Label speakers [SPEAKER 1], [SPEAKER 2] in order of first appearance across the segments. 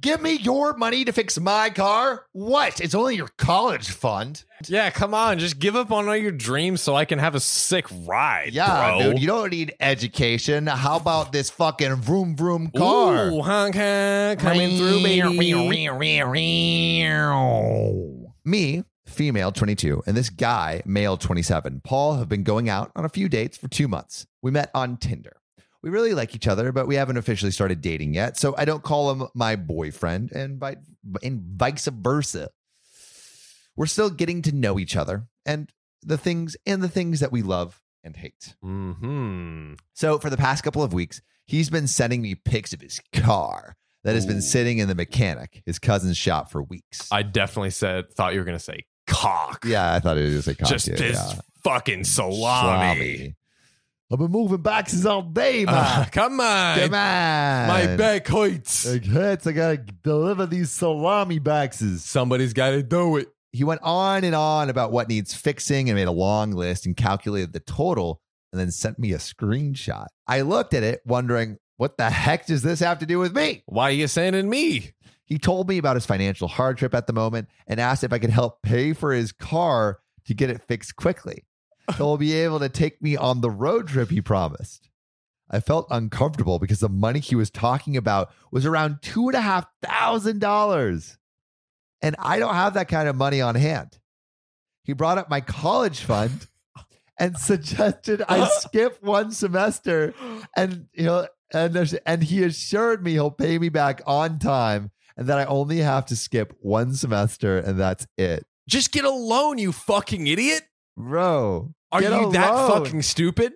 [SPEAKER 1] Give me your money to fix my car? What? It's only your college fund.
[SPEAKER 2] Yeah, come on, just give up on all your dreams so I can have a sick ride.
[SPEAKER 1] Yeah,
[SPEAKER 2] bro.
[SPEAKER 1] dude, you don't need education. How about this fucking vroom vroom car?
[SPEAKER 2] Ooh, honk honk, coming through, baby.
[SPEAKER 1] Oh. Me, female 22, and this guy, male 27, Paul, have been going out on a few dates for two months. We met on Tinder. We really like each other, but we haven't officially started dating yet, so I don't call him my boyfriend and, vi- and vice versa. We're still getting to know each other and the things and the things that we love and hate.
[SPEAKER 2] Mm-hmm.
[SPEAKER 1] So for the past couple of weeks, he's been sending me pics of his car that has
[SPEAKER 2] Ooh.
[SPEAKER 1] been sitting in the mechanic, his cousin's shop for weeks.
[SPEAKER 2] I definitely said thought you were gonna say cock.
[SPEAKER 1] yeah, I thought it was a car
[SPEAKER 2] just
[SPEAKER 1] too,
[SPEAKER 2] this
[SPEAKER 1] yeah.
[SPEAKER 2] fucking salami.
[SPEAKER 1] Salami. I've been moving boxes all day,
[SPEAKER 2] Uh,
[SPEAKER 1] man.
[SPEAKER 2] come on,
[SPEAKER 1] Come on.
[SPEAKER 2] my back hurts.
[SPEAKER 1] Like, hurts. I gotta deliver these salami boxes.
[SPEAKER 2] Somebody's got to do it.
[SPEAKER 1] He went on and on about what needs fixing and made a long list and calculated the total and then sent me a screenshot. I looked at it wondering, what the heck does this have to do with me?
[SPEAKER 2] Why are you sending me?
[SPEAKER 1] He told me about his financial hardship at the moment and asked if I could help pay for his car to get it fixed quickly. He'll be able to take me on the road trip he promised. I felt uncomfortable because the money he was talking about was around two and a half thousand dollars. And I don't have that kind of money on hand. He brought up my college fund and suggested I skip one semester and you know and there's, and he assured me he'll pay me back on time and that I only have to skip one semester and that's it.
[SPEAKER 2] Just get a loan, you fucking idiot.
[SPEAKER 1] Bro,
[SPEAKER 2] Are
[SPEAKER 1] Get
[SPEAKER 2] you
[SPEAKER 1] a
[SPEAKER 2] that
[SPEAKER 1] loan.
[SPEAKER 2] fucking stupid?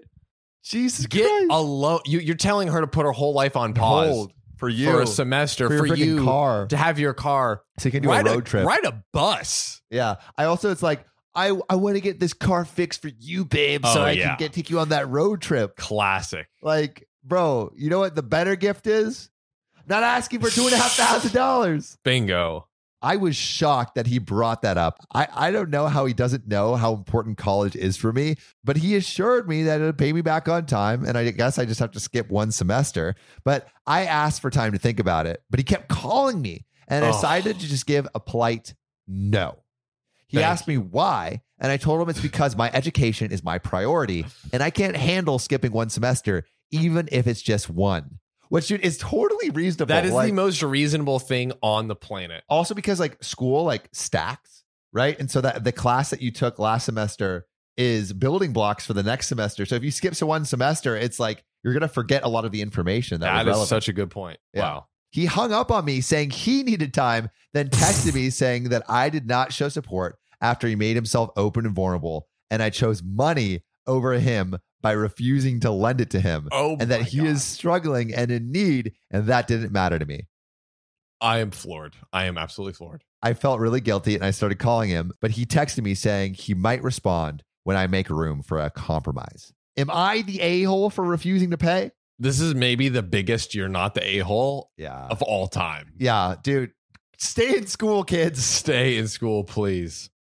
[SPEAKER 1] Jesus
[SPEAKER 2] Get
[SPEAKER 1] Christ.
[SPEAKER 2] a loan. You, you're telling her to put her whole life on pause
[SPEAKER 1] Hold for you
[SPEAKER 2] for a semester
[SPEAKER 1] for your
[SPEAKER 2] for,
[SPEAKER 1] freaking
[SPEAKER 2] you
[SPEAKER 1] car.
[SPEAKER 2] to have your car.
[SPEAKER 1] So you can do
[SPEAKER 2] ride
[SPEAKER 1] a road trip.
[SPEAKER 2] Ride a bus.
[SPEAKER 1] Yeah. I also it's like I I want to get this car fixed for you, babe, so
[SPEAKER 2] Oh,
[SPEAKER 1] I
[SPEAKER 2] yeah.
[SPEAKER 1] can get take you on that road trip.
[SPEAKER 2] Classic.
[SPEAKER 1] Like, bro, you know what the better gift is? Not asking for two and a half thousand dollars.
[SPEAKER 2] Bingo.
[SPEAKER 1] I was shocked that he brought that up. I, I don't know how he doesn't know how important college is for me, but he assured me that it'll pay me back on time. And I guess I just have to skip one semester. But I asked for time to think about it, but he kept calling me and I
[SPEAKER 2] Oh.
[SPEAKER 1] decided to just give a polite no. He
[SPEAKER 2] Thank
[SPEAKER 1] asked me why, and I told him it's because my education is my priority and I can't handle skipping one semester, even if it's just one, which dude, is totally reasonable.
[SPEAKER 2] That is
[SPEAKER 1] Like-
[SPEAKER 2] the most reasonable thing on the planet.
[SPEAKER 1] also because like school like stacks right and so that the class that you took last semester is building blocks for the next semester so if you skip to one semester it's like you're gonna forget a lot of the information that, was
[SPEAKER 2] that is
[SPEAKER 1] relevant.
[SPEAKER 2] such a good point.
[SPEAKER 1] Yeah.
[SPEAKER 2] Wow.
[SPEAKER 1] he hung up on me saying he needed time then texted me saying that i did not show support after he made himself open and vulnerable and i chose money over him by refusing to lend it to him
[SPEAKER 2] Oh,
[SPEAKER 1] and that
[SPEAKER 2] my
[SPEAKER 1] he
[SPEAKER 2] God.
[SPEAKER 1] is struggling and in need and that didn't matter to me
[SPEAKER 2] I am floored. I am absolutely floored.
[SPEAKER 1] I felt really guilty and I started calling him, but he texted me saying he might respond when I make room for a compromise. Am I the a hole for refusing to pay?
[SPEAKER 2] This is maybe the biggest you're not the a hole
[SPEAKER 1] Yeah.
[SPEAKER 2] of all time.
[SPEAKER 1] Yeah, dude. Stay in school, kids.
[SPEAKER 2] Stay in school, please.